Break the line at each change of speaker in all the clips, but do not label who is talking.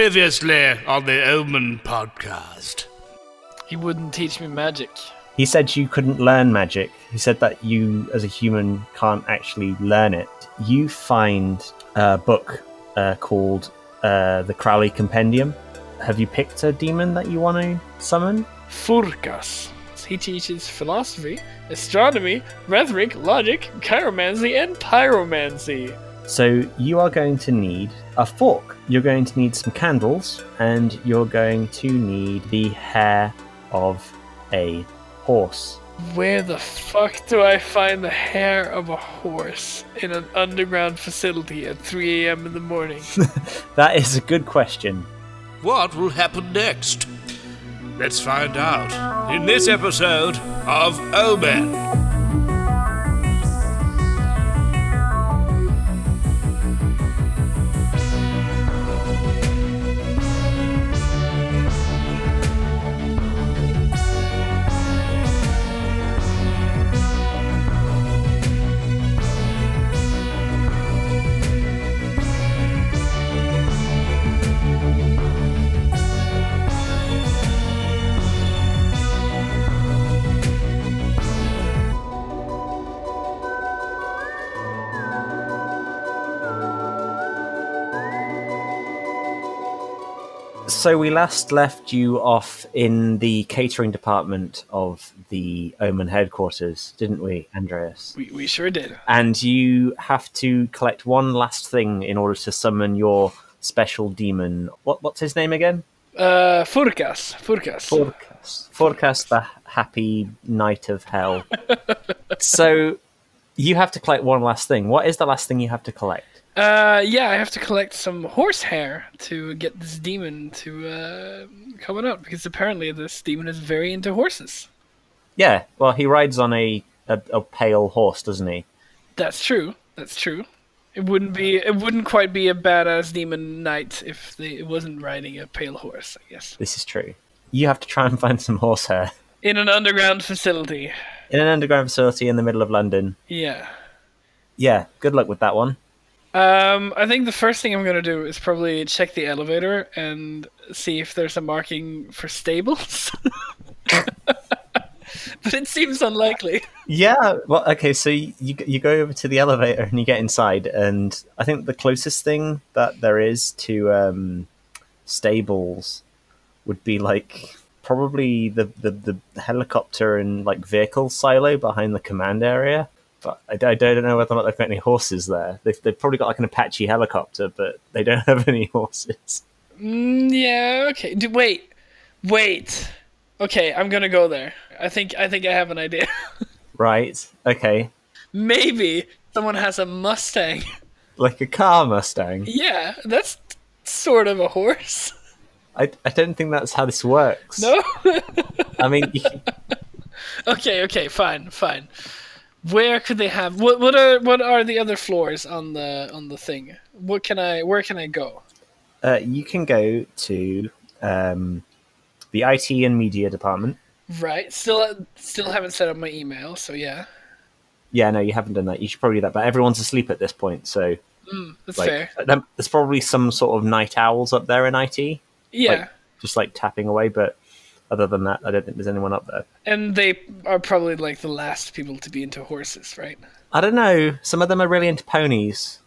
Previously on the Omen podcast.
He wouldn't teach me magic.
He said you couldn't learn magic. He said that you, as a human, can't actually learn it. You find a book uh, called uh, The Crowley Compendium. Have you picked a demon that you want to summon?
Furkas. He teaches philosophy, astronomy, rhetoric, logic, chiromancy, and pyromancy.
So you are going to need a fork. You're going to need some candles, and you're going to need the hair of a horse.
Where the fuck do I find the hair of a horse in an underground facility at 3 a.m. in the morning?
That is a good question.
What will happen next? Let's find out in this episode of Omen.
So we last left you off in the catering department of the Omen headquarters, didn't we, Andreas?
We, we sure did.
and you have to collect one last thing in order to summon your special demon. What, what's his name again?
Uh, Furkas. Furkas.
Forecast. Forecast the happy night of hell. so you have to collect one last thing. What is the last thing you have to collect?
Uh, yeah, I have to collect some horse hair to get this demon to uh, coming out because apparently this demon is very into horses.
Yeah, well, he rides on a, a, a pale horse, doesn't he?
That's true. That's true. It wouldn't be. It wouldn't quite be a badass demon knight if they it wasn't riding a pale horse. I guess
This is true. You have to try and find some horsehair
in an underground facility.
in an underground facility in the middle of London.
Yeah.
Yeah, good luck with that one.
Um, I think the first thing I'm gonna do is probably check the elevator and see if there's a marking for stables. but it seems unlikely.
Yeah. Well, okay. So you you go over to the elevator and you get inside, and I think the closest thing that there is to um, stables would be like probably the, the the helicopter and like vehicle silo behind the command area. But I, I don't know whether or not they've got any horses there. They've, they've probably got like an Apache helicopter, but they don't have any horses.
Mm, yeah. Okay. Do, wait. Wait. Okay. I'm gonna go there. I think. I think I have an idea.
Right? Okay.
Maybe someone has a Mustang.
Like a car Mustang.
Yeah, that's sort of a horse.
I, I don't think that's how this works.
No?
I mean, you,
okay, okay, fine, fine. Where could they have what what are what are the other floors on the on the thing? What can I where can I go?
Uh, you can go to um, the IT and media department.
Right. Still still haven't set up my email, so yeah.
Yeah, no, you haven't done that. You should probably do that, but everyone's asleep at this point, so
That's
like, uh,
fair.
there- there's probably some sort of night owls up there in IT,
Yeah.
just like tapping away. But other than that, I don't think there's anyone up there.
and they are probably like the last people to be into horses, right?
I don't know. Some of them are really into ponies.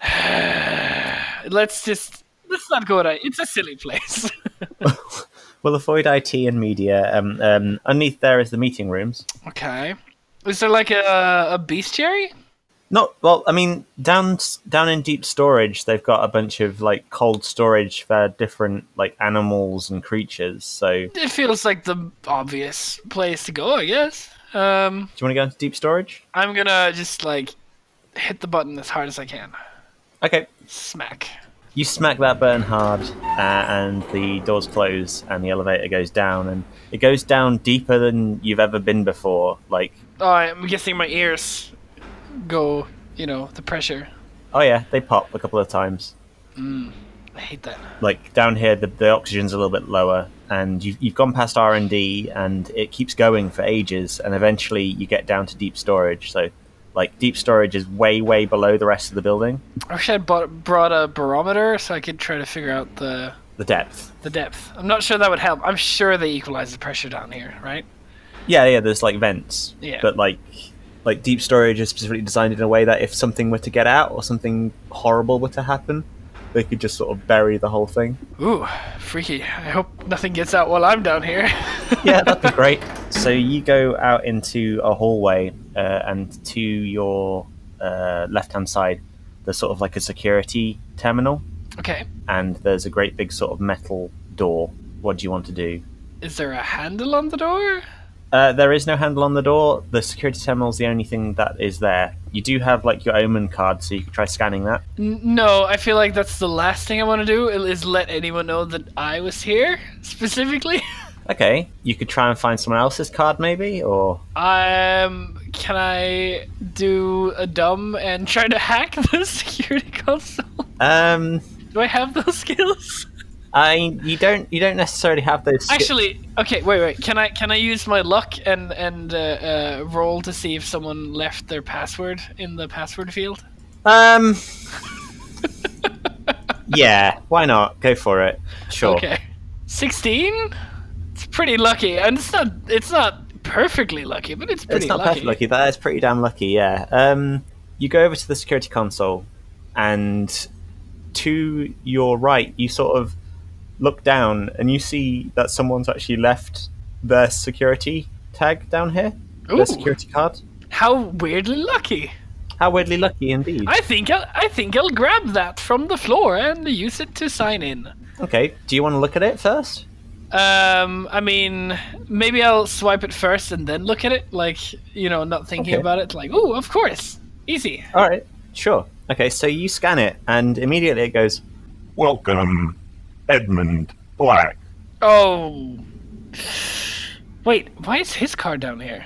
Let's just let's not go there. It's a silly place.
We'll avoid IT and media. Um, um, underneath there is the meeting rooms.
okay. Is there like a a bestiary?
Not well. I mean, down down in deep storage, they've got a bunch of like cold storage for different like animals and creatures. So
it feels like the obvious place to go, I guess. Um,
Do you want to go into deep storage?
I'm gonna just like hit the button as hard as I can.
Okay.
Smack.
You smack that button hard, uh, and the doors close, and the elevator goes down, and it goes down deeper than you've ever been before. Like,
Oh, I'm guessing my ears go, you know, the pressure.
oh yeah, they pop a couple of times.
I hate that.
Like down here, the, the oxygen's a little bit lower, and you've, you've gone past R and D, and it keeps going for ages, and eventually you get down to deep storage. So, like, deep storage is way, way below the rest of the building.
I wish I bought, brought a barometer so I could try to figure out the
the depth.
the depth. I'm not sure that would help. I'm sure they equalize the pressure down here, right?
Yeah, yeah. There's like vents,
Yeah.
but like like deep storage is specifically designed in a way that if something were to get out or something horrible were to happen, they could just sort of bury the whole thing.
Ooh, freaky. I hope nothing gets out while I'm down here.
yeah, that'd be great. So you go out into a hallway, uh, and to your uh, left-hand side, there's sort of like a security terminal,
okay.
and there's a great big sort of metal door. What do you want to do?
Is there a handle on the door?
Uh, there is no handle on the door. The security terminal's the only thing that is there. You do have like your omen card, so you can try scanning that.
N- no, I feel like that's the last thing I want to do is let anyone know that I was here specifically.
Okay, you could try and find someone else's card, maybe, or
Um, can I do a dumb and try to hack the security console?
um,
Do I have those skills?
I you don't you don't necessarily have those. sk-
Actually, okay, wait, wait. Can I can I use my luck and and uh, uh, roll to see if someone left their password in the password field?
Um. yeah, why not? Go for it. Sure.
Okay, sixteen. It's pretty lucky, and it's not it's not perfectly lucky, but it's pretty
It's not
lucky.
perfect lucky. That is pretty damn lucky. Yeah. Um, you go over to the security console, and to your right, you sort of look down and you see that someone's actually left their security tag down here,
Ooh.
their security card.
How weirdly lucky!
How weirdly lucky, indeed.
I think I'll, I think I'll grab that from the floor and use it to sign in.
Okay. Do you want to look at it first?
Um, I mean, maybe I'll swipe it first and then look at it, like you know, not thinking
Okay.
about it. Like, oh, of course, easy.
All right. Sure. Okay. So you scan it, and immediately it goes.
Welcome, Edmund Black.
Oh, wait, why is his card down here?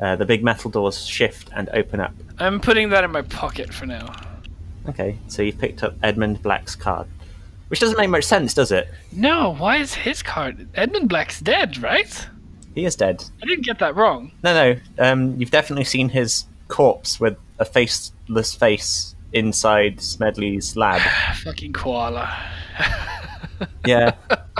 Uh, the big metal doors shift and open up.
I'm putting that in my pocket for now.
Okay, so you've picked up Edmund Black's card. Which doesn't make much sense, does it?
No, why is his card? Edmund Black's dead, right?
He is dead.
I didn't get that wrong.
No, no, um, you've definitely seen his corpse with a faceless face inside Smedley's lab.
Fucking koala.
Yeah,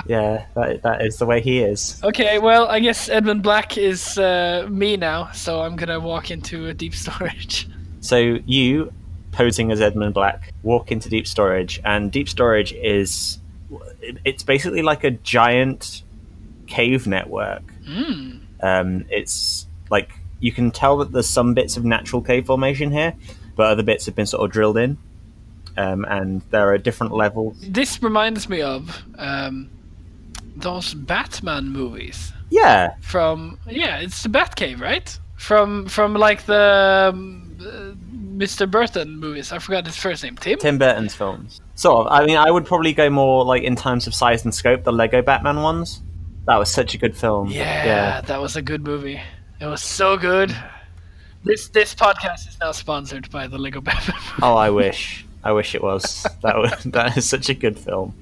yeah, that, that is the way he is.
Okay, well, I guess Edmund Black is uh, me now, so I'm gonna walk into a deep storage.
So you, posing as Edmund Black, walk into deep storage, and deep storage is. It's basically like a giant cave network. Um, it's like you can tell that there's some bits of natural cave formation here, but other bits have been sort of drilled in, um, and there are different levels.
This reminds me of um, those Batman movies
Yeah,
from yeah, it's the Batcave, right? From from like the um, uh, Mr. Burton movies. I forgot his first name. Tim.
Tim Burton's films. Sort of. I mean, I would probably go more like in terms of size and scope, the Lego Batman ones. That was such a good film.
Yeah, that was a good movie. It was so good. This this podcast is now sponsored by the Lego Batman. movie.
Oh, I wish. I wish it was. That was, that is such a good film.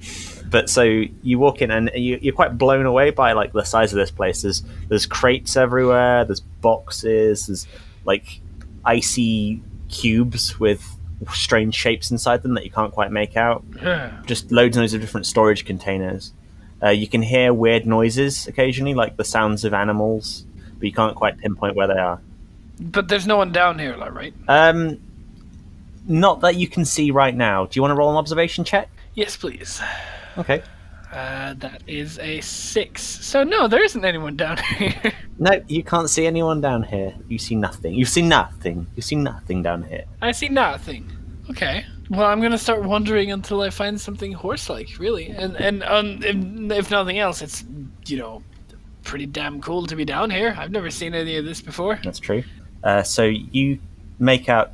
But so you walk in and you, you're quite blown away by like the size of this place. There's there's crates everywhere. There's boxes. There's like icy cubes with strange shapes inside them that you can't quite make out. Just loads and loads of different storage containers. Uh, you can hear weird noises occasionally, like the sounds of animals, but you can't quite pinpoint where they are.
but there's no one down here, like, right?
Um, not that you can see right now. Do you want to roll an observation check?
Yes, please.
Okay.
Uh, that is a six. So no, there isn't anyone down here.
No, you can't see anyone down here. You see nothing. You see nothing. You see nothing down here.
I see nothing. Okay. Well, I'm gonna start wandering until I find something horse-like, really. And and um, if, if nothing else, it's you know pretty damn cool to be down here. I've never seen any of this before.
That's true. Uh, so you make out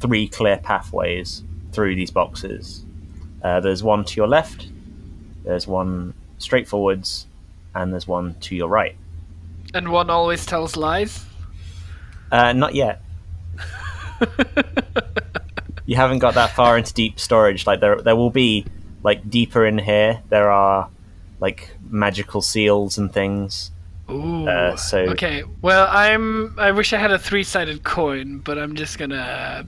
three clear pathways through these boxes. Uh, there's one to your left. There's one straight forwards, and there's one to your right.
And one always tells lies.
Uh, not yet. you haven't got that far into deep storage. Like there, there will be like deeper in here. There are like magical seals and things.
Ooh.
Uh, so
Okay. Well, I'm. I wish I had a three-sided coin, but I'm just gonna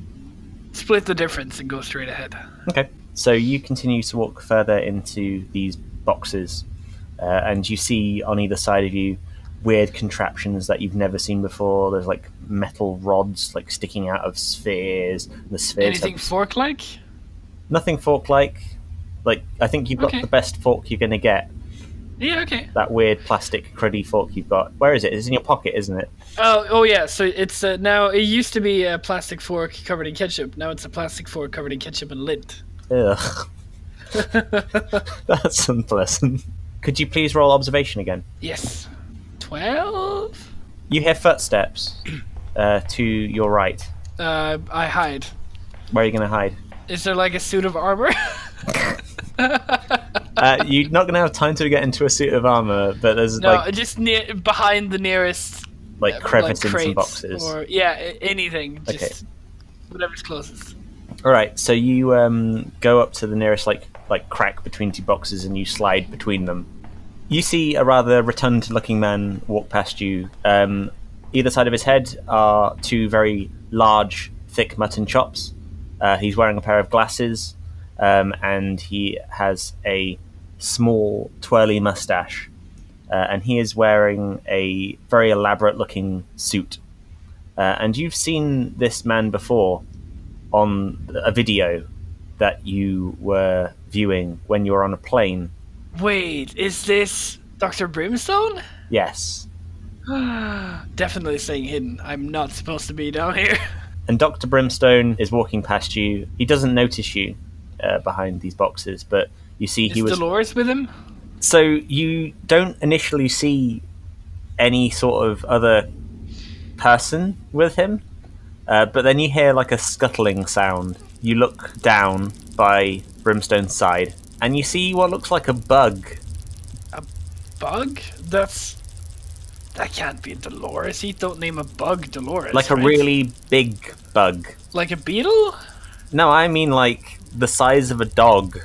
split the difference and go straight ahead.
Okay. So you continue to walk further into these boxes, uh, and you see on either side of you weird contraptions that you've never seen before. There's like metal rods like sticking out of spheres. The spheres have
Anything fork like?
nothing fork like. Like I think you've got
Okay.
the best fork you're gonna get.
Yeah, okay.
That weird plastic cruddy fork you've got. Where is it? It's in your pocket, isn't it?
Oh, oh yeah. So it's uh, now. It used to be a plastic fork covered in ketchup. Now it's a plastic fork covered in ketchup and lint.
Ugh, that's unpleasant. Could you please roll observation again?
yes. Twelve.
You hear footsteps uh, to your right.
Uh, I hide.
Where are you going to hide?
Is there like a suit of armor?
Uh, you're not going to have time to get into a suit of armor, but there's
no,
like
just near behind the nearest uh,
like
like,
crevices
crates
and boxes.
or yeah, a- anything.
Okay.
Just whatever's closest.
All right, so you um, go up to the nearest like like crack between two boxes and you slide between them. You see a rather rotund-looking man walk past you. Um, either side of his head are two very large, thick mutton chops. Uh, he's wearing a pair of glasses, um, and he has a small, twirly mustache. Uh, and he is wearing a very elaborate-looking suit. Uh, and you've seen this man before on a video that you were viewing when you were on a plane.
Wait, is this Doctor Brimstone?
Yes.
Definitely staying hidden. I'm not supposed to be down here.
And Dr. Brimstone is walking past you. He doesn't notice you uh, behind these boxes, but you see
Is
he was.
Dolores with him?
so you don't initially see any sort of other person with him, uh, but then you hear like a scuttling sound. You look down by Brimstone's side, and you see what looks like a bug
Bug? That's that can't be Dolores. He don't name a bug Dolores.
like a
right?
really big bug.
like a beetle?
No, I mean like the size of a dog.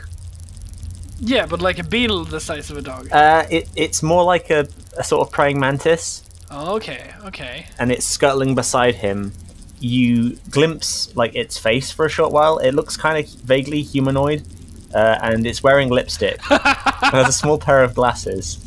Yeah, but like a beetle the size of a dog.
Uh, it, it's more like a, a sort of praying mantis,
Oh, Okay, okay.
and it's scuttling beside him. You glimpse like its face for a short while. It looks kind of vaguely humanoid, uh, and it's wearing lipstick. and has a small pair of glasses.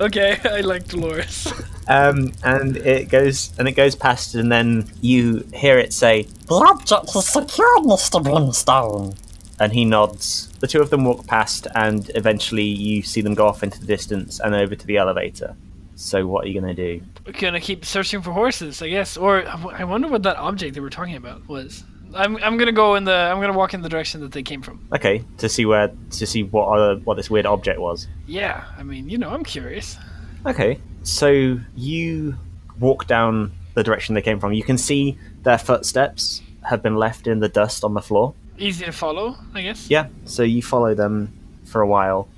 Okay, I like Dolores.
Um, and it goes and it goes past, and then you hear it say,
The object is secured, Mr. Brimstone.
and he nods. The two of them walk past, and eventually you see them go off into the distance and over to the elevator. So what are you gonna do?
We're gonna keep searching for horses, I guess. Or I w- I wonder what that object they were talking about was. I'm, I'm gonna go in the I'm gonna walk in the direction that they came from.
Okay, to see where to see what other, what this weird object was.
Yeah, I mean, you know, I'm curious.
Okay, so you walk down the direction they came from. You can see their footsteps have been left in the dust on the floor.
Easy to follow, I guess.
Yeah, so you follow them for a while,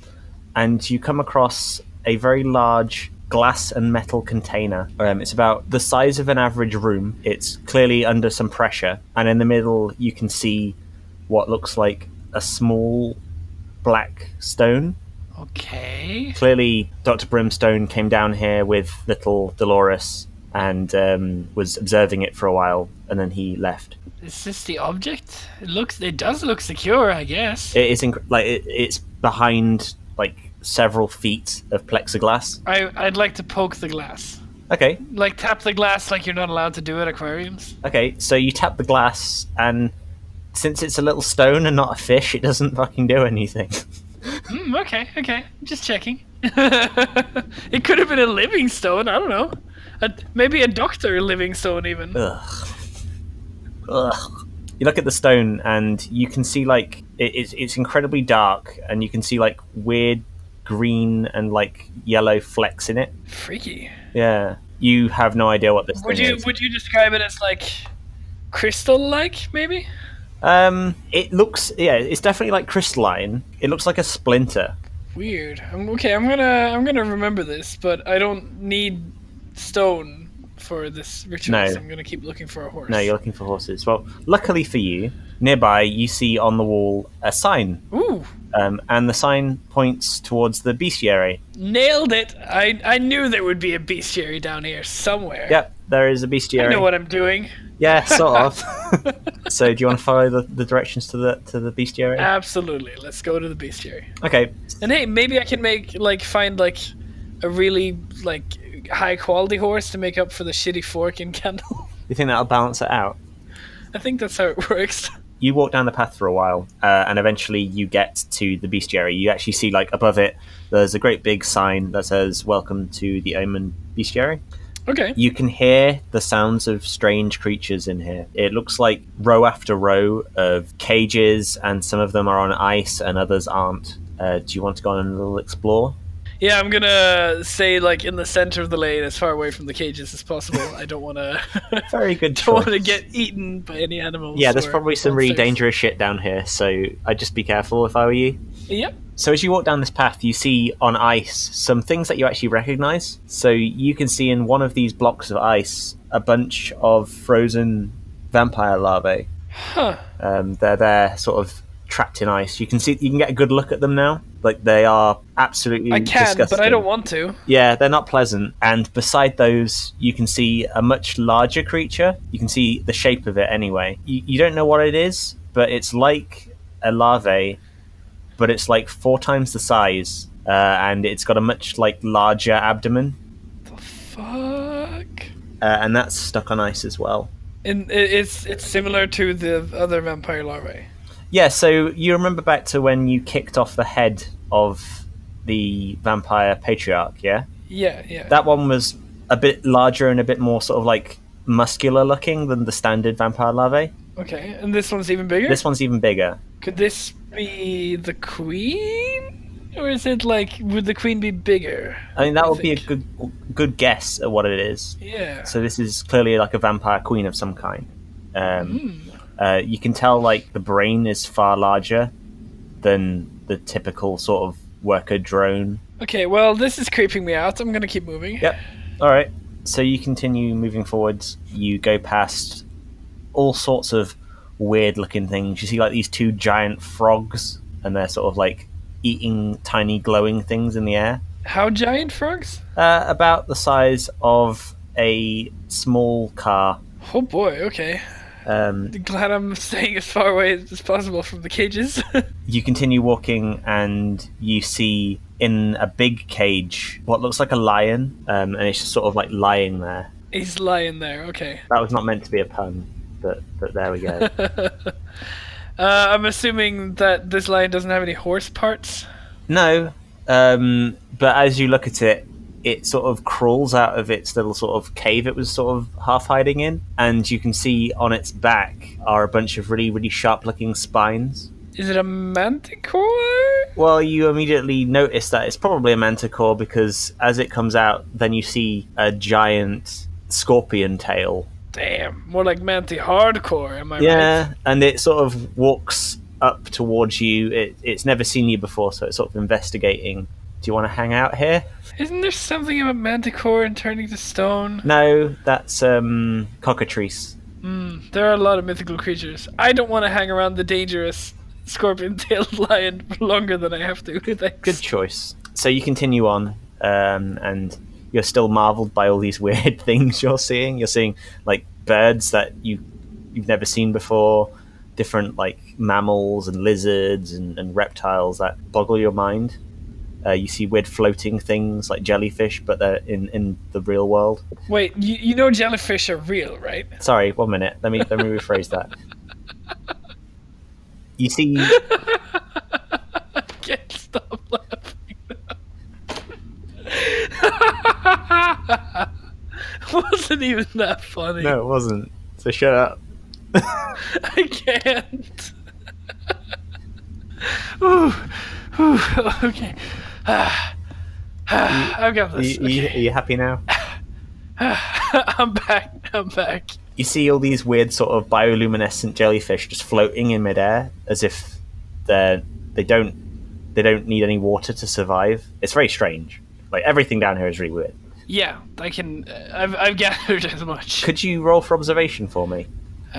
and you come across a very large glass and metal container. Um, it's about the size of an average room. It's clearly under some pressure, and in the middle, you can see what looks like a small black stone.
Okay.
clearly Dr. Brimstone came down here with little Dolores and um, was observing it for a while, and then he left.
Is this the object? It looks. It does look secure, I guess.
It is inc- like it, it's behind like several feet of plexiglass.
I, I'd like to poke the glass.
Okay,
Like tap the glass like you're not allowed to do at aquariums.
okay. So you tap the glass, and since it's a little stone and not a fish, it doesn't fucking do anything.
Hmm, okay, okay. Just checking. it could have been a living stone, I don't know. A, maybe a doctor living stone,
Uh,
even.
Ugh. Ugh. You look at the stone, and you can see like it, it's it's incredibly dark, and you can see like weird green and like yellow flecks in it.
Freaky.
Yeah, you have no idea what this
Would
thing
you
is.
would you describe it as like crystal like, maybe?
Um, it looks yeah, it's definitely like crystalline. It looks like a splinter.
Weird. I'm, okay, I'm gonna I'm gonna remember this, but I don't need stone for this ritual.
No.
so I'm gonna keep looking for a horse.
No, you're looking for horses. Well, luckily for you, nearby you see on the wall a sign,
Ooh,
um, and the sign points towards the bestiary.
nailed it! I I knew there would be a bestiary down here somewhere.
Yep, there is a bestiary.
I know what I'm doing.
Yeah, sort of. so, do you want to follow the, the directions to the to the bestiary?
Uh, Absolutely. Let's go to the bestiary.
okay.
And hey, maybe I can make like find like a really like high quality horse to make up for the shitty fork and candle.
You think that'll balance it out?
I think that's how it works.
you walk down the path for a while, uh, and eventually you get to the bestiary. You actually see, like above it, there's a great big sign that says "Welcome to the Omen Bestiary."
Okay.
You can hear the sounds of strange creatures in here. It looks like row after row of cages, and some of them are on ice, and others aren't. Uh, do you want to go on a little explore?
Yeah, I'm gonna say like in the center of the lane, as far away from the cages as possible. I don't want to.
Very good.
don't want to
choice.
get eaten by any animals.
Yeah, there's
or
probably some really
monsters.
dangerous shit down here, so I'd just be careful if I were you.
Yep.
So as you walk down this path, you see on ice some things that you actually recognize. So you can see in one of these blocks of ice a bunch of frozen vampire larvae.
Huh.
Um, they're there, sort of trapped in ice. You can see you can get a good look at them now. Like they are absolutely.
I can,
disgusting.
but I don't want to.
Yeah, they're not pleasant. And beside those, you can see a much larger creature. You can see the shape of it anyway. You, you don't know what it is, but it's like a larvae, but it's like four times the size, uh, and it's got a much like larger abdomen,
Fuck.
uh, and that's stuck on ice as well.
And i- it's it's similar to the other vampire larvae.
Yeah, so you remember back to when you kicked off the head of the vampire patriarch, yeah?
Yeah, yeah.
that one was a bit larger and a bit more sort of like muscular looking than the standard vampire larvae.
okay, and this one's even bigger.
This one's even bigger.
Could this be the queen, or is it like would the queen be bigger?
I mean, that would be a
think.
good good guess at what it is.
Yeah.
So this is clearly like a vampire queen of some kind. Um, uh, you can tell like the brain is far larger than the typical sort of worker drone.
Okay. Well, this is creeping me out. I'm gonna keep moving.
Yep. All right. So you continue moving forwards. You go past all sorts of weird looking things. You see like these two giant frogs, and they're sort of like eating tiny glowing things in the air,
How giant frogs?
uh, about the size of a small car.
Oh boy. Okay.
Um,
Glad I'm staying as far away as possible from the cages.
you continue walking, and you see in a big cage what looks like a lion, um, and it's just sort of like lying there.
He's lying there. Okay.
That was not meant to be a pun, but but there we go.
Uh, I'm assuming that this lion doesn't have any horse parts.
No, um, but as you look at it, it sort of crawls out of its little sort of cave it was sort of half hiding in, and you can see on its back are a bunch of really, really sharp-looking spines.
Is it a manticore?
Well, you immediately notice that it's probably a manticore because as it comes out, then you see a giant scorpion tail.
Damn, more like Manti hardcore, am I right?
Yeah, and it sort of walks up towards you. It, it's never seen you before, so it's sort of investigating. Do you want to hang out here?
Isn't there something about manticore and turning to stone?
No, that's um, cockatrice.
There are a lot of mythical creatures. I don't want to hang around the dangerous scorpion tailed lion for longer than I have to. Thanks.
Good choice. So you continue on, um, and you're still marvelled by all these weird things you're seeing. You're seeing like birds that you you've never seen before, different like mammals and lizards and, and reptiles that boggle your mind. Uh, you see weird floating things like jellyfish, but they're in, in the real world.
Wait, you, you know jellyfish are real, right?
Sorry, one minute. Let me let me rephrase that. You see
Can't stop laughing. Wasn't even that funny.
No, it wasn't. So shut up.
I can't. Ooh, ooh, okay. Ah, ah, I've got
Are
this.
you, are you-
Okay.
are you happy now?
I'm back. I'm back.
You see all these weird sort of bioluminescent jellyfish just floating in midair as if they're they don't they don't need any water to survive. It's very strange. Like everything down here is really weird.
Yeah, I can. Uh, I've, I've gathered as much.
Could you roll for observation for me?
uh,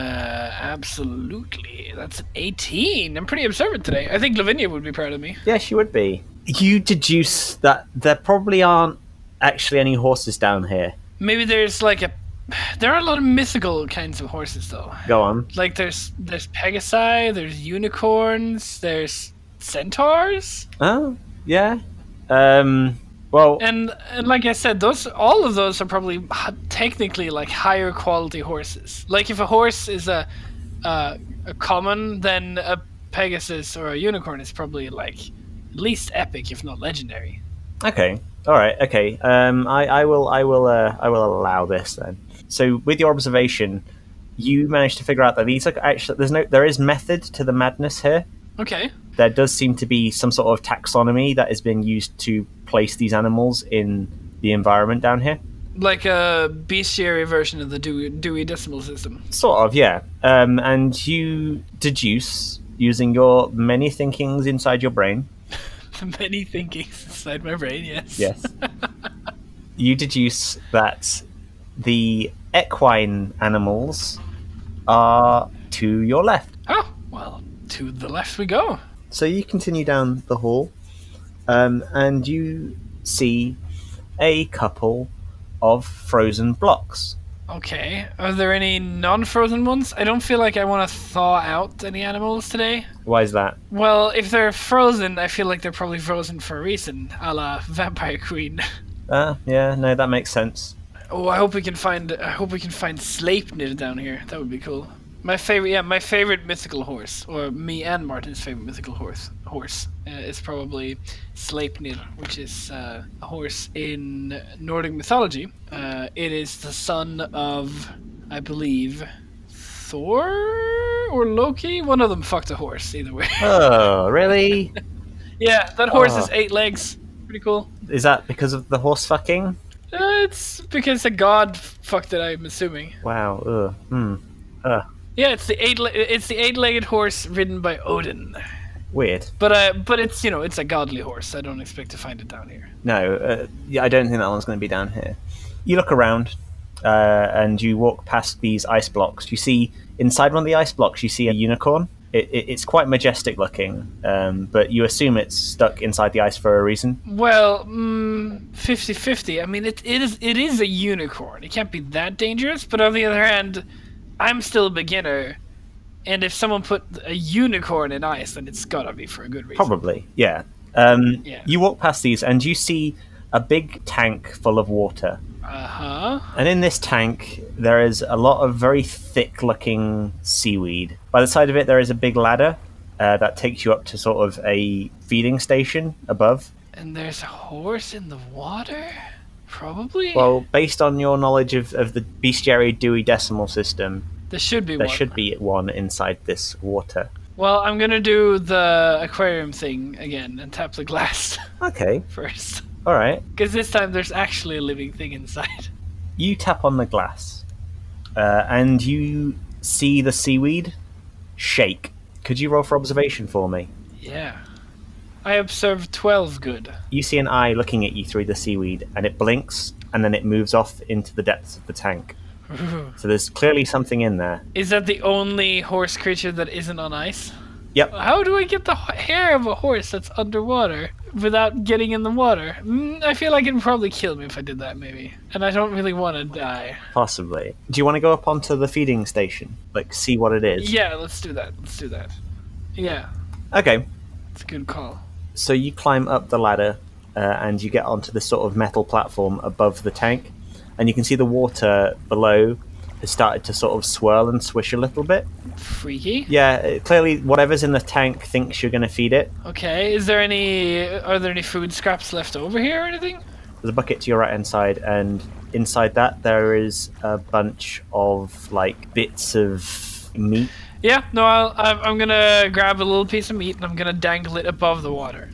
absolutely. That's an 18. I'm pretty observant today. I think Lavinia would be proud of me.
Yes, you would be. You deduce that there probably aren't actually any horses down here.
Maybe there's like a There are a lot of mythical kinds of horses, though.
Go on.
Like there's there's Pegasi, there's unicorns, there's centaurs,
Oh, yeah. Um, well,
and and like I said, those all of those are probably h- technically like higher quality horses. Like if a horse is a uh, a common, then a Pegasus or a unicorn is probably like at least epic, if not legendary.
Okay. All right. Okay. Um, I, I will. I will. Uh, I will allow this then. So, with your observation, you managed to figure out that these are actually there's no there is method to the madness here.
Okay.
There does seem to be some sort of taxonomy that has been used to place these animals in the environment down here.
like a bestiary version of the Dewey, Dewey Decimal System.
Sort of, yeah. Um, and you deduce using your many thinkings inside your brain.
Many thinkings inside my brain, yes.
Yes. you deduce that the equine animals are to your left.
Oh, well, to the left we go.
So you continue down the hall, um, and you see a couple of frozen blocks.
Okay. Are there any non frozen ones? I don't feel like I want to thaw out any animals today.
Why is that?
Well, if they're frozen, I feel like they're probably frozen for a reason, a la Vampire Queen.
Ah, yeah, no, that makes sense.
Oh, I hope we can find I hope we can find Sleipnir down here. That would be cool. My favorite, yeah, my favorite mythical horse, or me and Martin's favorite mythical horse, horse uh, is probably Sleipnir, which is uh, a horse in Nordic mythology. Uh, it is the son of, I believe, Thor or Loki. One of them fucked a horse. Either way,
Oh, really?
yeah, that horse
Ah.
has eight legs. Pretty cool.
Is that because of the horse fucking?
Uh, it's because a god fucked it. I'm assuming.
Wow. Ugh. Hmm.
Yeah, it's the eight. It's the eight-legged horse ridden by Odin.
Weird.
But uh, but it's you know it's a godly horse. I don't expect to find it down here.
No, uh, yeah, I don't think that one's going to be down here. You look around uh, and you walk past these ice blocks. You see inside one of the ice blocks, you see a unicorn. It, it, it's quite majestic looking, um, but you assume it's stuck inside the ice for a reason.
Well, mm, 50-50. I mean, it, it is it is a unicorn. It can't be that dangerous. But on the other hand, I'm still a beginner, and if someone put a unicorn in ice, then it's gotta be for a good reason.
Probably, yeah. Um,
Yeah.
You walk past these and you see a big tank full of water.
Uh huh.
And in this tank, there is a lot of very thick looking seaweed. By the side of it, there is a big ladder uh, that takes you up to sort of a feeding station above.
And there's a horse in the water. Probably.
Well, based on your knowledge of, of the bestiary Dewey decimal system,
there should be
there
one.
should be one inside this water.
Well, I'm gonna do the aquarium thing again and tap the glass
Okay,
first.
all right.
Because this time there's actually a living thing inside.
You tap on the glass, uh, and you see the seaweed shake. Could you roll for observation for me?
Yeah. I observed 12 good.
You see an eye looking at you through the seaweed, and it blinks, and then it moves off into the depths of the tank. So there's clearly something in there.
Is that the only horse creature that isn't on ice?
Yep.
How do I get the h- hair of a horse that's underwater without getting in the water? Mm, I feel like it'd probably kill me if I did that, maybe. And I don't really want to die.
Possibly. Do you want to go up onto the feeding station? Like, see what it is?
Yeah, let's do that. Let's do that. Yeah,
Okay.
it's a good call.
So you climb up the ladder uh, and you get onto this sort of metal platform above the tank, and you can see the water below has started to sort of swirl and swish a little bit.
Freaky.
Yeah, it- clearly whatever's in the tank thinks you're going to feed it.
Okay, is there any. Are there any food scraps left over here or anything?
There's a bucket to your right hand side, and inside that there is a bunch of like bits of meat.
Yeah, no, I'll, I'm, I'm gonna grab a little piece of meat and I'm gonna dangle it above the water.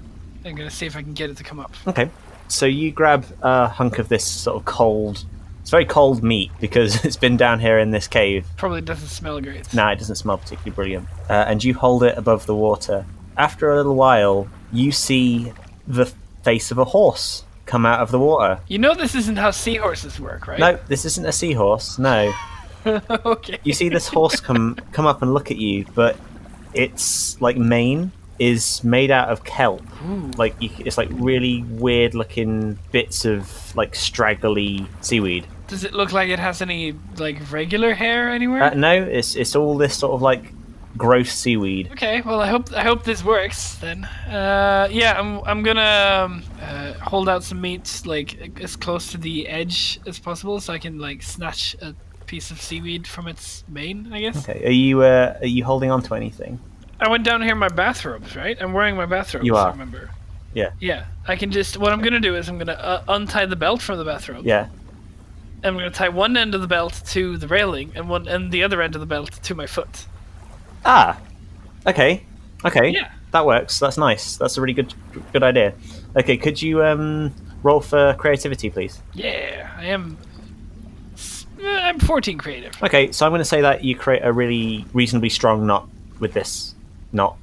I'm gonna see if I can get it to come up.
Okay, so you grab a hunk of this sort of cold. It's very cold meat because it's been down here in this cave
Probably doesn't smell great.
No, it doesn't smell particularly brilliant. Uh, and you hold it above the water. After a little while, you see the face of a horse come out of the water.
You know this isn't how seahorses work, right?
No, this isn't a seahorse. No,
okay.
you see this horse come come up and look at you, but its like mane is made out of kelp. Like you, it's like really weird looking bits of like straggly seaweed.
Does it look like it has any like regular hair anywhere?
Uh, no, it's it's all this sort of like gross seaweed.
Okay, well, I hope I hope this works then. Uh, yeah, I'm I'm gonna um, uh, hold out some meat like as close to the edge as possible, so I can like snatch a piece of seaweed from its mane. I guess
Okay, are you uh, are you holding on to anything?
I went down here in my bathrobes, right? I'm wearing my bathrobes.
Hmm. You are.
Remember?
Yeah.
Yeah, I can just what I'm gonna do is I'm gonna uh, untie the belt from the bathrobe.
Yeah.
And I'm gonna tie one end of the belt to the railing and one and the other end of the belt to my foot.
Ah. Okay. Okay.
Yeah.
That works. That's nice. That's a really good good idea. Okay, could you um roll for creativity, please?
Yeah, I am. s- eh, I'm 14 creative.
Okay, so I'm going to say that you create a really reasonably strong knot with this knot.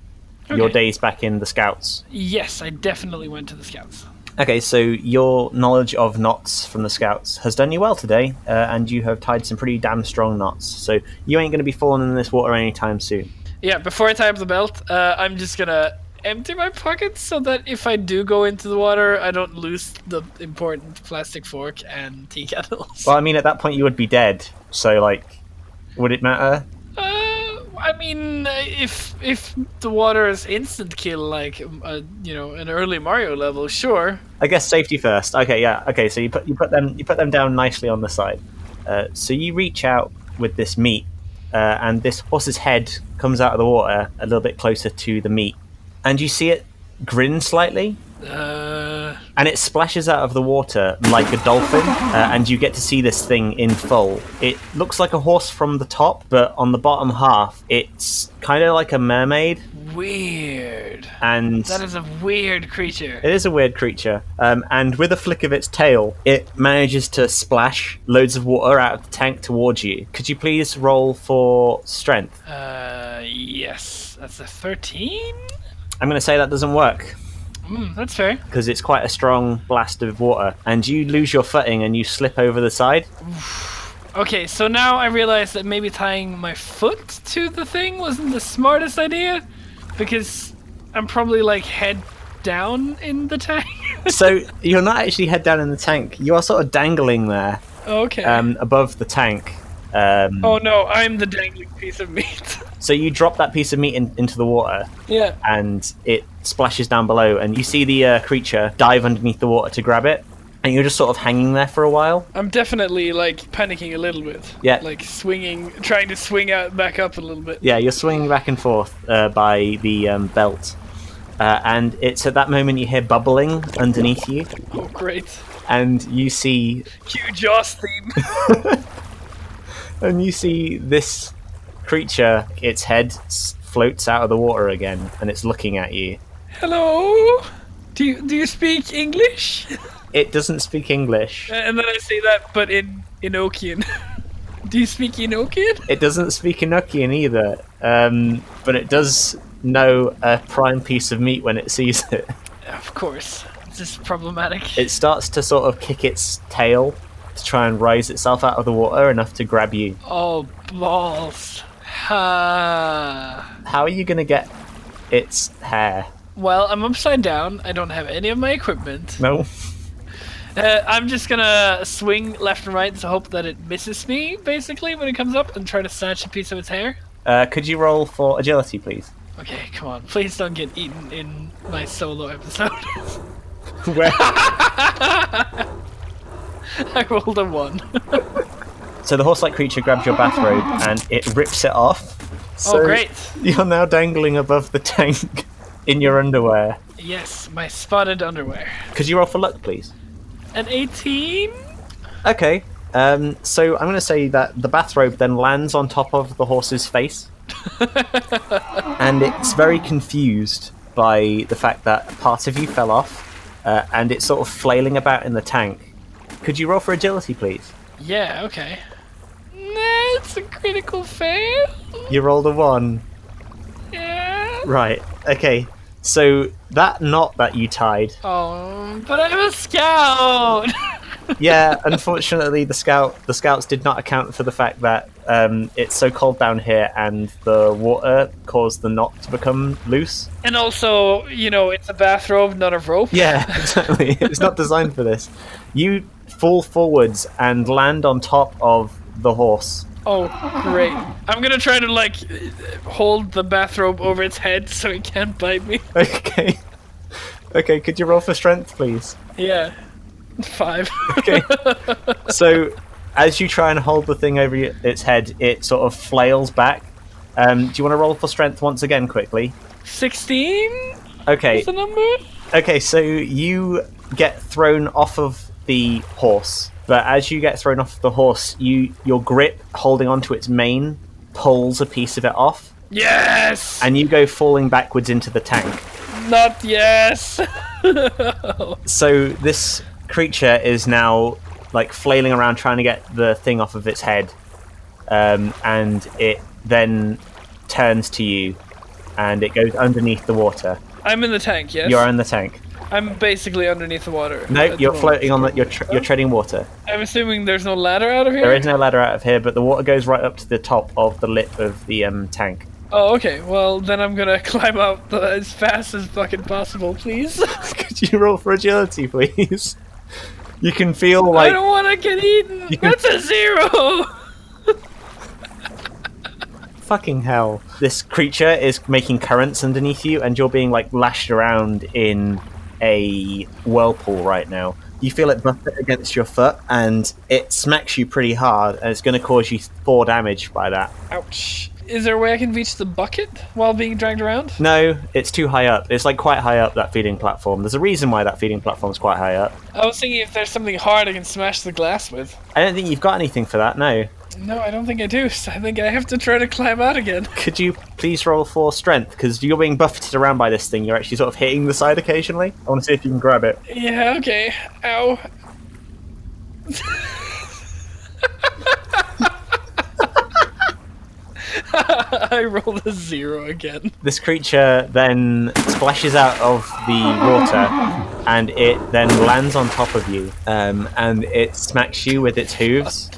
Your
Okay.
days back in the scouts.
Yes, I definitely went to the scouts.
Okay, so your knowledge of knots from the scouts has done you well today, uh, and you have tied some pretty damn strong knots. So you ain't going to be falling in this water anytime soon.
Yeah, before I tie up the belt, uh, I'm just gonna empty my pockets so that if I do go into the water, I don't lose the important plastic fork and tea kettles.
Well, I mean, at that point you would be dead. So like, would it matter?
Uh, I mean, uh, if if the water is instant kill, like um, uh, you know, an early Mario level, sure.
I guess safety first. Okay, yeah. Okay, so you put you put them you put them down nicely on the side. Uh, so you reach out with this meat, uh, and this horse's head comes out of the water a little bit closer to the meat, and you see it grin slightly,
Uh,
and it splashes out of the water like a dolphin, uh, and you get to see this thing in full. It looks like a horse from the top, but on the bottom half, it's kind of like a mermaid,
weird.
and
That is a weird creature.
It is a weird creature, um, and with a flick of its tail, it manages to splash loads of water out of the tank towards you. Could you please roll for strength?
Uh, yes, that's a thirteen.
I'm going to say that doesn't work
Mm, that's fair.
because it's quite a strong blast of water, and you lose your footing and you slip over the side.
Okay, so now I realize that maybe tying my foot to the thing wasn't the smartest idea, because I'm probably like head down in the tank.
so you're not actually head down in the tank; you are sort of dangling there
okay.
um, above the tank. Um,
oh no, I'm the dangling piece of meat.
So you drop that piece of meat in, into the water,
yeah.
and it splashes down below, and you see the uh, creature dive underneath the water to grab it, and you're just sort of hanging there for a while.
I'm definitely like panicking a little bit.
Yeah.
Like swinging, trying to swing out back up a little bit.
Yeah, you're swinging back and forth uh, by the um, belt, uh, and it's at that moment you hear bubbling underneath you,
Oh great.
and you see
Cue Jaws theme.
and you see this creature. Its head s- floats out of the water again, and it's looking at you.
Hello. Do you do you speak English?
It doesn't speak English.
And then I say that, but in Enochian. do you speak Enochian?
It doesn't speak Enochian either, um, but it does know a prime piece of meat when it sees it.
Of course. This is problematic.
It starts to sort of kick its tail to try and raise itself out of the water enough to grab you.
oh, balls. Ha.
How are you going to get its hair?
well, I'm upside down. I don't have any of my equipment.
No.
Uh, I'm just gonna swing left and right to hope that it misses me, basically, when it comes up and try to snatch a piece of its hair.
Uh, could you roll for agility, please?
Okay, come on. Please don't get eaten in my solo episode.
Where?
I rolled a one.
so the horse-like creature grabs your bathrobe and it rips it off. So
oh, great.
You're now dangling above the tank in your underwear.
Yes, my spotted underwear.
Could you roll for luck, please?
An 18?
Okay. Um, so I'm going to say that the bathrobe then lands on top of the horse's face, and it's very confused by the fact that part of you fell off, uh, and it's sort of flailing about in the tank. Could you roll for agility, please?
Yeah, okay. Nah, it's a critical fail.
You rolled a one.
Yeah.
Right. Okay. So that knot that you tied,
Oh, but I'm a scout.
yeah. Unfortunately, the scout the scouts did not account for the fact that um, it's so cold down here, and the water caused the knot to become loose.
and also, you know, it's a bathrobe, not a rope.
Yeah, exactly. it's not designed for this. You fall forwards and land on top of the horse.
Oh, great. I'm gonna try to, like, hold the bathrobe over its head so it can't bite me.
Okay. Okay, could you roll for strength, please?
Yeah. Five.
Okay. so, as you try and hold the thing over y- its head, it sort of flails back. Um, do you want to roll for strength once again, quickly?
16
Okay.
is the number?
Okay, so you get thrown off of the horse, but as you get thrown off the horse, you your grip holding onto its mane pulls a piece of it off,
Yes!
and you go falling backwards into the tank.
Not yes!
So this creature is now like flailing around trying to get the thing off of its head, um, and it then turns to you, and it goes underneath the water.
I'm in the tank, yes?
You're in the tank.
I'm basically underneath the water.
No,
at the
you're
moment.
floating on the. You're, tr- you're treading water.
I'm assuming there's no ladder out of here?
There is no ladder out of here, but the water goes right up to the top of the lip of the um, tank.
Oh, okay. Well, then I'm gonna climb up the, as fast as fucking possible, please.
Could you roll for agility, please? You can feel
I
like
don't wanna get eaten!
You can-
That's a zero!
fucking hell. This creature is making currents underneath you, and you're being like lashed around in a whirlpool right now. You feel it buffet against your foot, and it smacks you pretty hard, and it's going to cause you four damage by that.
Ouch. Is there a way I can reach the bucket while being dragged around?
No, it's too high up. It's like quite high up that feeding platform. There's a reason why that feeding platform's quite high up.
I was thinking if there's something hard I can smash the glass with.
I don't think you've got anything for that. No.
No, I don't think I do. So I think I have to try to climb out again.
could you please roll for strength? Because you're being buffeted around by this thing. You're actually sort of hitting the side occasionally. I want to see if you can grab it.
Yeah, okay. Ow. I rolled a zero again.
This creature then splashes out of the water, and it then lands on top of you, um, and it smacks you with its hooves,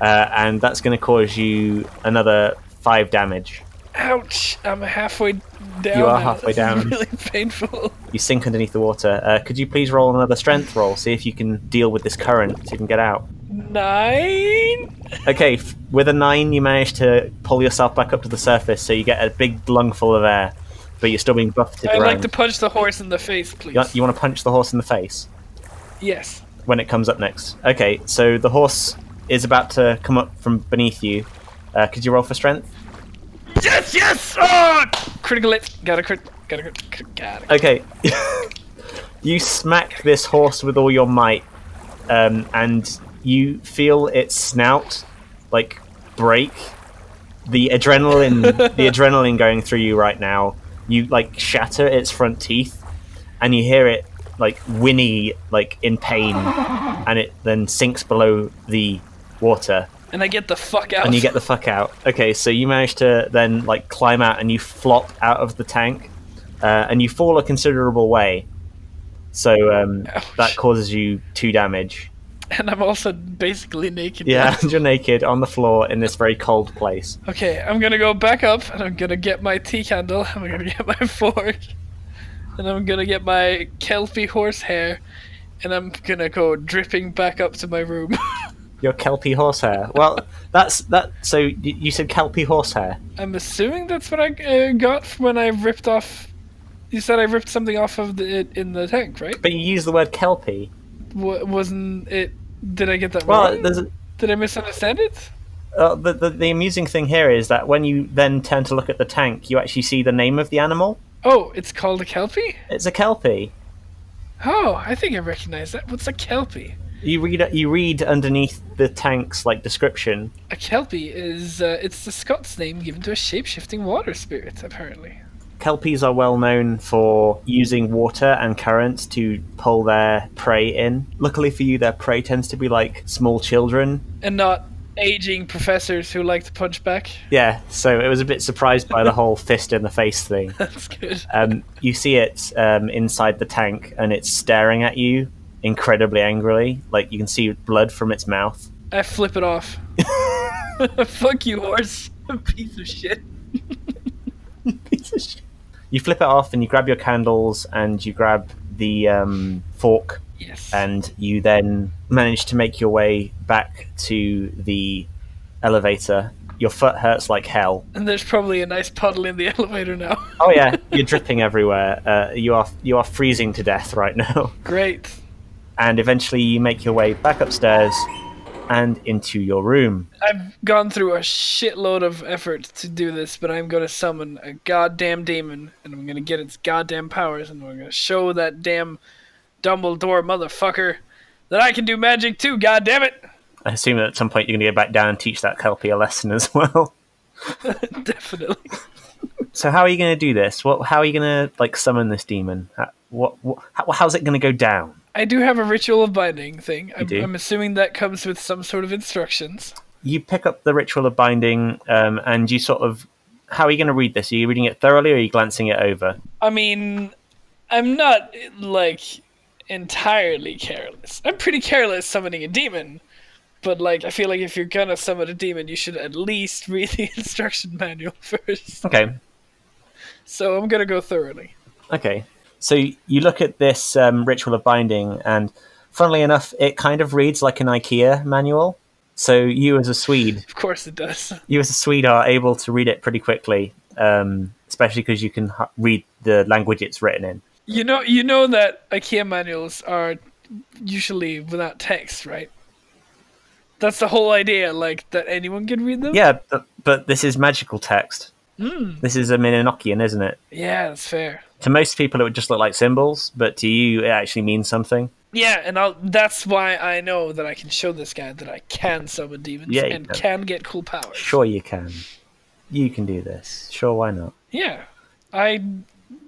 uh, and that's going to cause you another five damage.
Ouch! I'm halfway down.
You
now.
are halfway
This is
down.
really painful.
You sink underneath the water. Uh, could you please roll another strength roll? See if you can deal with this current. So you can get out.
Nine.
Okay, f- with a nine, you manage to pull yourself back up to the surface, so you get a big lungful of air, but you're still being buffeted
I'd
around.
like to punch the horse in the face, please.
you, want to punch the horse in the face
Yes.
when it comes up next. Okay, so the horse is about to come up from beneath you. Uh, could you roll for strength?
Yes. Yes. Oh! Critical hit. Got a crit. Got a crit. Got a crit.
Okay, you smack this horse with all your might, um, and you feel its snout like break. The adrenaline, the adrenaline going through you right now. You like shatter its front teeth, and you hear it like whinny, like in pain, and it then sinks below the water,
And I get the fuck out.
and you get the fuck out. Okay, so you manage to then like climb out, and you flop out of the tank, uh, and you fall a considerable way. So um,
Ouch.
that causes you two damage.
And I'm also basically naked.
Yeah,
now.
and you're naked on the floor in this very cold place.
Okay, I'm gonna go back up and I'm gonna get my tea candle, I'm gonna get my fork, and I'm gonna get my Kelpie horse hair, and I'm gonna go dripping back up to my room.
Your kelpie horsehair. Well, that's that. So y- you said kelpie horsehair.
I'm assuming that's what I uh, got from when I ripped off. You said I ripped something off of the, it in the tank, right?
But you use the word kelpie.
W- wasn't it? Did I get that
Well,
wrong?
there's, a-
Did I misunderstand it?
uh, the, the the amusing thing here is that when you then turn to look at the tank, you actually see the name of the animal.
Oh, it's called a Kelpie.
It's a kelpie.
Oh, I think I recognize that. What's a Kelpie?
You read you read underneath the tank's like description.
A kelpie is uh, it's the Scots name given to a shape-shifting water spirit, apparently.
Kelpies are well known for using water and currents to pull their prey in. Luckily for you, their prey tends to be like small children.
And not aging professors who like to punch back.
Yeah, so it was a bit surprised by the whole fist in the face thing.
That's good.
Um, you see it um, inside the tank, and it's staring at you incredibly angrily. Like you can see blood from its mouth.
I flip it off. Fuck you, horse. Piece of shit.
You flip it off, and you grab your candles, and you grab the um, fork
Yes.
and you then manage to make your way back to the elevator. Your foot hurts like hell.
And there's probably a nice puddle in the elevator now.
Oh yeah, you're dripping everywhere. Uh, you are you are freezing to death right now.
Great.
And eventually, you make your way back upstairs and into your room.
I've gone through a shitload of effort to do this, but I'm gonna summon a goddamn demon, and I'm gonna get its goddamn powers, and we're gonna show that damn Dumbledore motherfucker that I can do magic too. Goddamn it!
I assume that at some point you're going to go back down and teach that kelpie a lesson as well.
Definitely.
So how are you going to do this? What? How are you going to like summon this demon? How, what? what how, how's it going to go down?
I do have a ritual of binding thing. I'm,
do?
I'm assuming that comes with some sort of instructions.
you pick up the ritual of binding um, and you sort of how are you going to read this are you reading it thoroughly or are you glancing it over
I mean, I'm not like entirely careless. I'm pretty careless summoning a demon, but like I feel like if you're gonna summon a demon, you should at least read the instruction manual first.
okay
So I'm gonna go thoroughly.
okay so you look at this um, ritual of binding and funnily enough it kind of reads like an ikea manual so you as a swede
Of course it does.
you as a swede are able to read it pretty quickly um, especially because you can h- read the language it's written in
You know, you know that IKEA manuals are usually without text, right? That's the whole idea, like that anyone can read them.
yeah but, but this is magical text this is a Minokian, isn't it
yeah, that's fair.
to most people it would just look like symbols but to you it actually means something
Yeah, and I'll, that's why I know that I can show this guy that I can summon demons
Yeah, you
and
can.
can get cool powers.
Sure, you can. You can do this. Sure, why not?
Yeah, I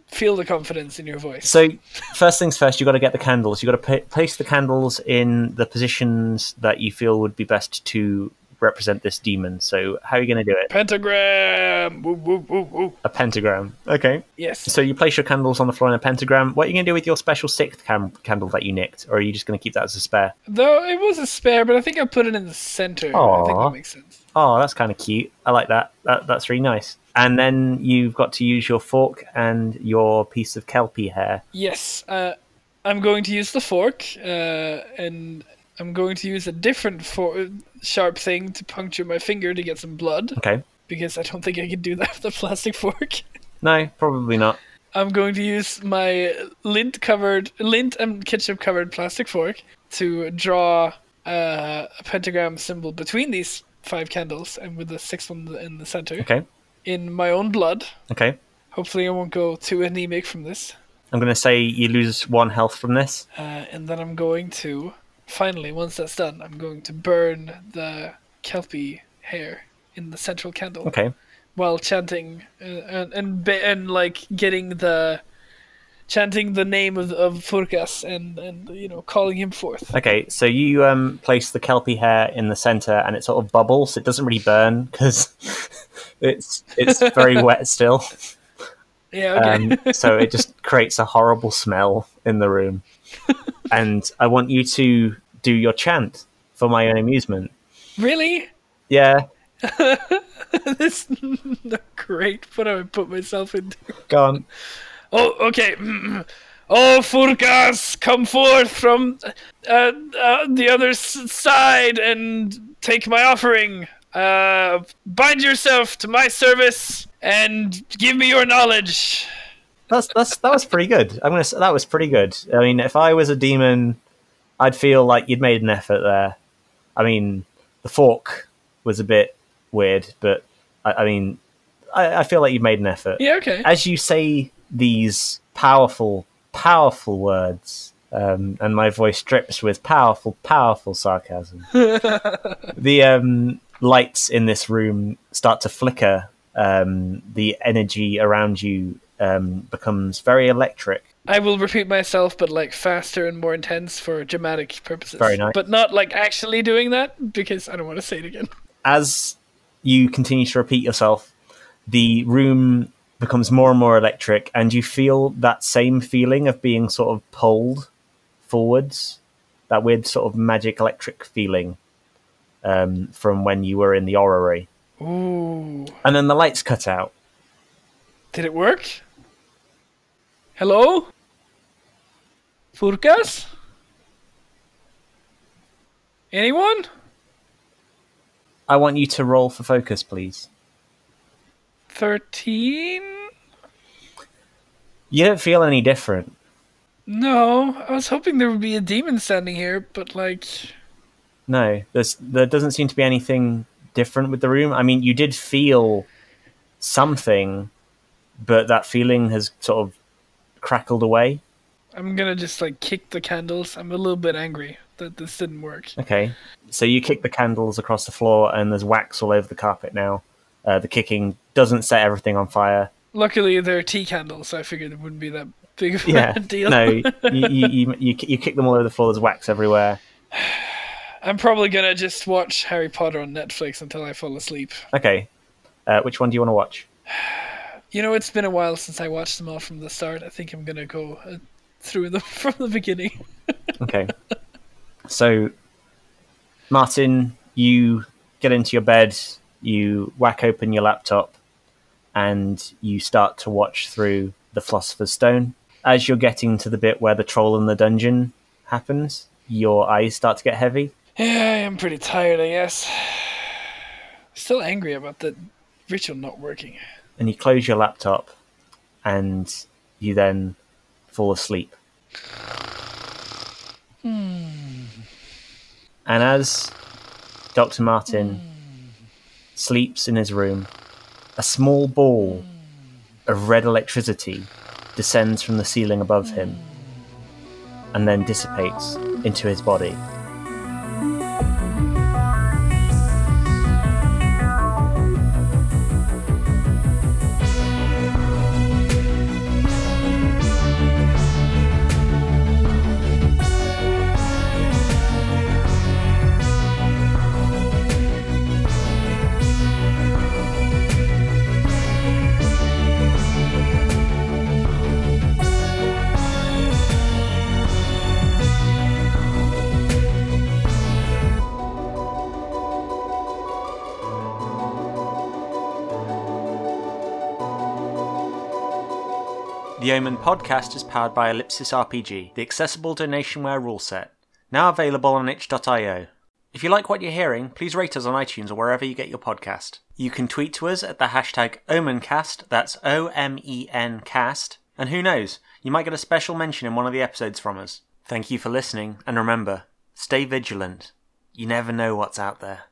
feel the confidence in your voice.
So, first things first, you've got to get the candles. You've got to pa- place the candles in the positions that you feel would be best to represent this demon. So, how are you going to do it?
Pentagram. Woo, woo, woo, woo.
A pentagram. Okay.
Yes.
So, you place your candles on the floor in a pentagram. What are you going to do with your special sixth cam- candle that you nicked? Or are you just going to keep that as a spare?
Though it was a spare, but I think I put it in the center. I think
Aw.
that makes sense.
Oh, that's kind of cute. I like that. that. That's really nice. And then you've got to use your fork and your piece of kelpie hair.
Yes. Uh, I'm going to use the fork, uh, and I'm going to use a different for- sharp thing to puncture my finger to get some blood,
Okay.
because I don't think I can do that with a plastic fork.
No, probably not.
I'm going to use my lint covered lint and ketchup covered plastic fork to draw uh, a pentagram symbol between these five candles and with the sixth one in the center
Okay.
in my own blood.
Okay.
Hopefully, I won't go too anemic from this.
I'm going to say you lose one health from this.
Uh, and then I'm going to finally, once that's done, I'm going to burn the kelpie hair in the central candle.
Okay.
while chanting uh, and and, ba- and like getting the chanting the name of of Furkas and and you know calling him forth.
Okay. So you um, place the kelpie hair in the center, and it sort of bubbles. It doesn't really burn because it's it's very wet still.
Yeah, okay.
Um, so it just creates a horrible smell in the room. And I want you to do your chant for my own amusement.
really?
Yeah.
this not great. What do I put myself into?
Go on.
Oh, okay. Oh, Furkas, come forth from uh, uh, the other s- side and take my offering. Uh, bind yourself to my service and give me your knowledge.
That's that's that was pretty good. I'm gonna. s- That was pretty good. I mean, if I was a demon, I'd feel like you'd made an effort there. I mean, the fork was a bit weird, but I, I mean, I, I feel like you've made an effort.
Yeah, okay.
As you say these powerful, powerful words, um, and my voice drips with powerful, powerful sarcasm. the um, lights in this room start to flicker. Um, the energy around you um, becomes very electric.
I will repeat myself, but like faster and more intense for dramatic purposes.
Very nice.
But not like actually doing that because I don't want to say it again.
as you continue to repeat yourself, the room becomes more and more electric, and you feel that same feeling of being sort of pulled forwards, that weird sort of magic electric feeling um, from when you were in the orrery.
Ooh.
And then the lights cut out.
Did it work? Hello? Furkas? Anyone?
I want you to roll for focus, please.
13?
You don't feel any different.
No, I was hoping there would be a demon standing here, but like.
No, there's there doesn't seem to be anything different with the room. I mean, you did feel something, but that feeling has sort of crackled away.
I'm gonna just like kick the candles. I'm a little bit angry that this didn't work.
Okay. So you kick the candles across the floor, and there's wax all over the carpet now. Uh, the kicking doesn't set everything on fire.
Luckily, they're tea candles, so I figured it wouldn't be that big of a
Yeah.
deal.
No, you, you, you, you, you kick them all over the floor, there's wax everywhere.
I'm probably gonna just watch Harry Potter on Netflix until I fall asleep.
Okay. Uh, which one do you want to watch?
You know, it's been a while since I watched them all from the start. I think I'm gonna go uh, through them from the beginning.
Okay. so, Martin, you get into your bed, you whack open your laptop, and you start to watch through The Philosopher's Stone. As you're getting to the bit where the troll in the dungeon happens, your eyes start to get heavy.
Yeah, I am pretty tired, I guess. Still angry about that ritual not working.
and you close your laptop and you then fall asleep. And as Dr. Martin sleeps in his room, a small ball of red electricity descends from the ceiling above him and then dissipates into his body. The Omen podcast is powered by Ellipsis RPG, the accessible donationware rule set, now available on itch.io. If you like what you're hearing, please rate us on iTunes or wherever you get your podcast. You can tweet to us at the hashtag OmenCast, that's O M E N cast, and who knows, you might get a special mention in one of the episodes from us. Thank you for listening, and remember, stay vigilant. You never know what's out there.